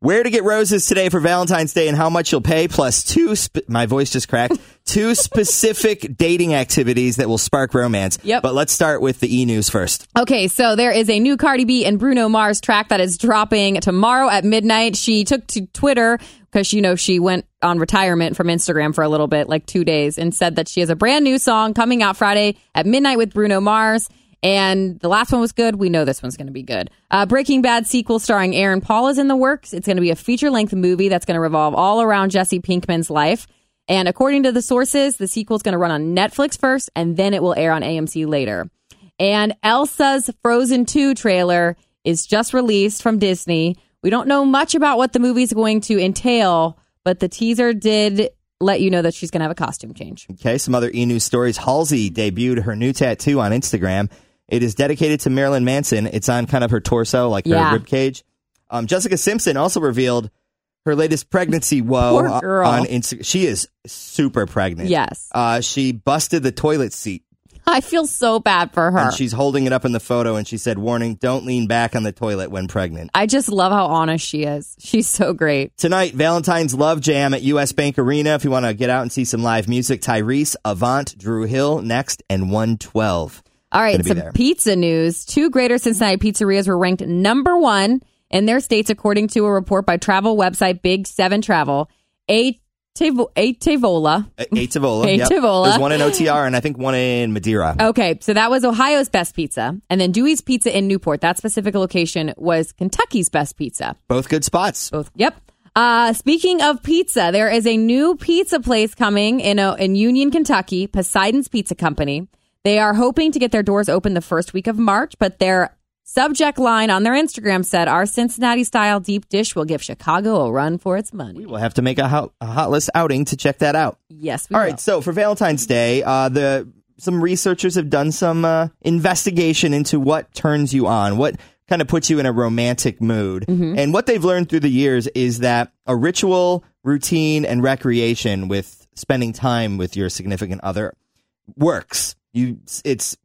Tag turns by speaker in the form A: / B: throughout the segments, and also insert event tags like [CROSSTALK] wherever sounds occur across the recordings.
A: Where to get roses today for Valentine's Day and how much you'll pay, plus two, sp- my voice just
B: [LAUGHS]
A: cracked, two specific dating activities that will spark romance.
B: Yep.
A: But let's start with the e news first.
B: Okay, so there is a new Cardi B and Bruno Mars track that is dropping tomorrow at midnight. She took to Twitter because you know she went on retirement from Instagram for a little bit, like two days, and said that she has a brand new song coming out Friday at midnight with Bruno Mars. And the last one was good. We know this one's going to be good. Uh, Breaking Bad sequel starring Aaron Paul is in the works. It's going to be a feature length movie that's going to revolve all around Jesse Pinkman's life. And according to the sources, the sequel is going to run on Netflix first, and then it will air on AMC later. And Elsa's Frozen 2 trailer is just released from Disney. We don't know much about what the movie's going to entail, but the teaser did let you know that she's going to have a costume change. [LAUGHS]
A: Okay, some other e news stories. Halsey debuted her new tattoo on Instagram. It is dedicated to Marilyn Manson. It's on kind of her torso, like
B: Yeah.
A: her ribcage. Um, Jessica Simpson also revealed her latest pregnancy woe
B: Poor
A: o-
B: girl.
A: on Instagram. She is super pregnant.
B: Yes.
A: Uh, she busted the toilet seat
B: I feel so bad for her.
A: and she's holding it up in the photo and she said, Warning, don't lean back on the toilet when pregnant.
B: I just love how honest she is. She's so great.
A: Tonight, Valentine's Love Jam at US Bank Arena. If you want to get out and see some live music, Tyrese, Avant, Drew Hill, next, and 112.
B: All right,
A: Gonna be
B: some
A: there.
B: pizza news. Two greater Cincinnati pizzerias were ranked number one in their states, according to a report by travel website Big Seven Travel. A Tavola.
A: A-
B: [LAUGHS]
A: Ativola.
B: Hey,
A: yep.
B: Tavola. Oh.
A: There's one in OTR and I think one in Madeira.
B: Okay, so that was Ohio's best pizza. And then Dewey's Pizza in Newport, that specific location, was Kentucky's best pizza.
A: Both good spots.
B: Both. Yep. Uh, speaking of pizza, there is a new pizza place coming in uh in Union, Kentucky, Poseidon's Pizza Company. They are hoping to get their doors open the first week of March, but their subject line on their Instagram said, "Our Cincinnati-style deep dish will give Chicago a run for its money."
A: We'll have to make a hot, a hot list outing to check that out.
B: Yes, we
A: All
B: will.
A: right, so for Valentine's Day, uh, the some researchers have done some uh, investigation into what turns you on, what kind of puts you in a romantic mood, and what they've learned through the years is that a ritual, routine, and recreation with spending time with your significant other works. You, it's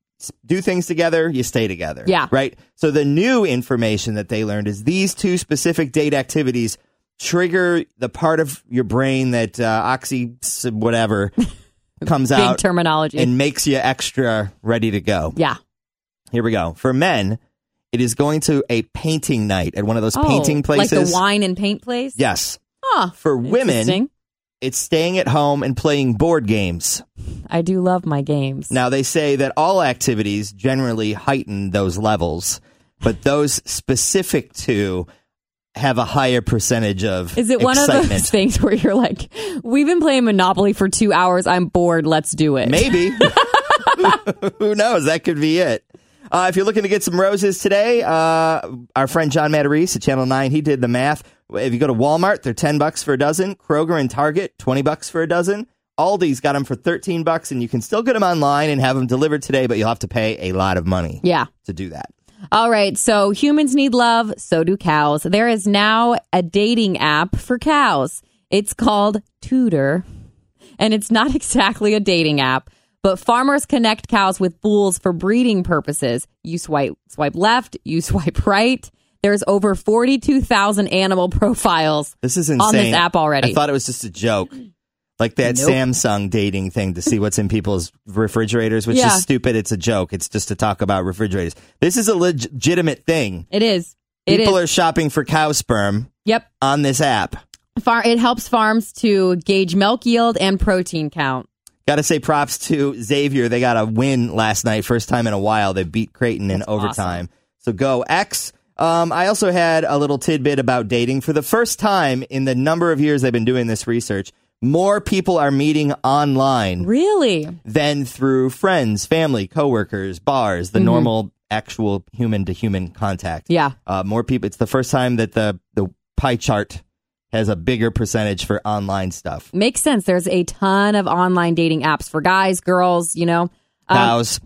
A: do things together, you stay together.
B: Yeah.
A: right. So the new information that they learned is these two specific date activities trigger the part of your brain that uh, oxy
B: [LAUGHS]
A: whatever comes
B: Big
A: out
B: terminology.
A: and makes you extra ready to go.
B: yeah.
A: Here we go. For men, it is going to a painting night at one of those painting
B: oh,
A: places.
B: like the wine and paint place.
A: Yes.
B: Huh.
A: For women,
B: Interesting.
A: it's staying at home and playing board games.
B: I do love my games.
A: Now, they say that all activities generally heighten those levels, but those specific two have a higher percentage of
B: Is it one
A: excitement.
B: of those things where you're like, we've been playing Monopoly for two hours. I'm bored. Let's do it. [LAUGHS]
A: Maybe. Who knows? That could be it. Uh, if you're looking to get some roses today, uh, our friend John Matarese at Channel 9, he did the math. If you go to Walmart, they're 10 bucks for a dozen. Kroger and Target, 20 bucks for a dozen. Aldi's got them for 13 bucks, and you can still get them online and have them delivered today, but you'll have to pay a lot of money
B: Yeah.
A: to do that.
B: All right. So humans need love. So do cows. There is now a dating app for cows. It's called Tutor. And it's not [LAUGHS] exactly a dating app, but farmers connect cows with bulls for breeding purposes. You swipe, swipe left, you [LAUGHS] swipe right. There's over 42,000 animal profiles.
A: This is insane.
B: On this app already.
A: I thought it was just a joke. Like that
B: Nope.
A: Samsung dating thing to see what's in people's refrigerators, which
B: Yeah.
A: is stupid. It's a joke. It's just to talk about refrigerators. This is a leg- legitimate thing.
B: It is. It is.
A: People are shopping for cow sperm
B: yep.
A: on this app.
B: Far, it helps farms to gauge milk yield and protein count.
A: Got to say props to Xavier. They got a win last night, first time in a while. They beat Creighton in overtime. So go X. Um, I also had a little tidbit about dating. For the first time in the number of years they've been doing this research, more people are meeting online
B: Really?
A: than through friends, family, coworkers, bars, the normal actual human to human contact.
B: Mm-hmm. Yeah.
A: Uh, more people. It's the first time that the, the pie chart has a bigger percentage for online stuff.
B: Makes sense. There's a ton of online dating apps for guys, girls, you know.
A: Cows.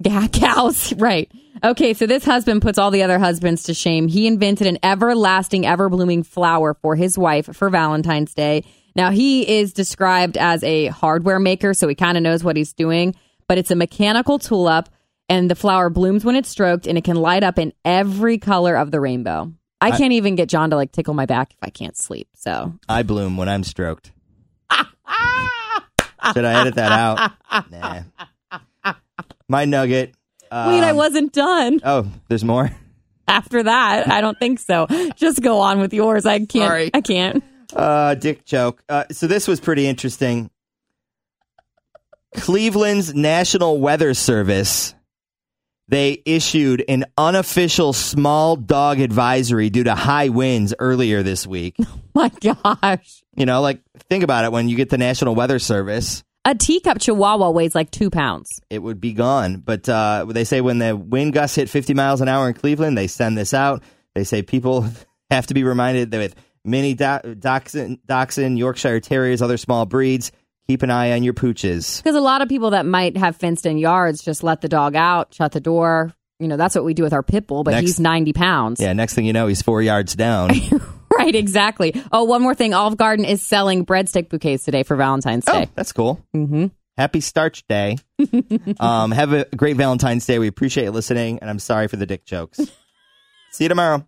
B: Yeah, [LAUGHS] cows. Right. Okay, so this husband puts all the other husbands to shame. He invented an everlasting, ever blooming flower for his wife for Valentine's Day. Now, he is described as a hardware maker, so he kind of knows what he's doing, but it's a mechanical tulip, and the flower blooms when it's stroked, and it can light up in every color of the rainbow. I can't even get John to like tickle my back if I can't sleep. So
A: I bloom when I'm
B: [LAUGHS]
A: stroked. Should I edit that out? Nah. My nugget. Uh,
B: wait, I wasn't done.
A: oh, there's more.
B: After that, I don't think so. Just go on with yours. I can't.
A: Sorry.
B: I can't. [LAUGHS]
A: Uh, dick joke. Uh, so this was pretty interesting. Cleveland's National Weather Service. They issued an unofficial small dog advisory due to high winds earlier this week.
B: My gosh,
A: You know, like think about it when you get the National Weather Service,
B: a teacup Chihuahua weighs like two pounds.
A: it would be gone. But uh, they say when the wind gusts hit 50 miles an hour in Cleveland, they send this out. They say people [LAUGHS] have to be reminded that with mini do- dachshund, dachshund, Yorkshire terriers, other small breeds, keep an eye on your pooches.
B: Because a lot of people that might have fenced in yards just let the dog out, shut the door. You know, that's what we do with our pit bull, but
A: Next-
B: he's 90 pounds.
A: Yeah, next thing you know, he's four yards down.
B: [LAUGHS] Right, exactly. Oh, one more thing. Olive Garden is selling breadstick bouquets today for Valentine's
A: oh,
B: Day.
A: that's cool. Mm-hmm. Happy Starch Day. um, have a great Valentine's Day. We appreciate you listening, and I'm sorry for the dick jokes. See you tomorrow.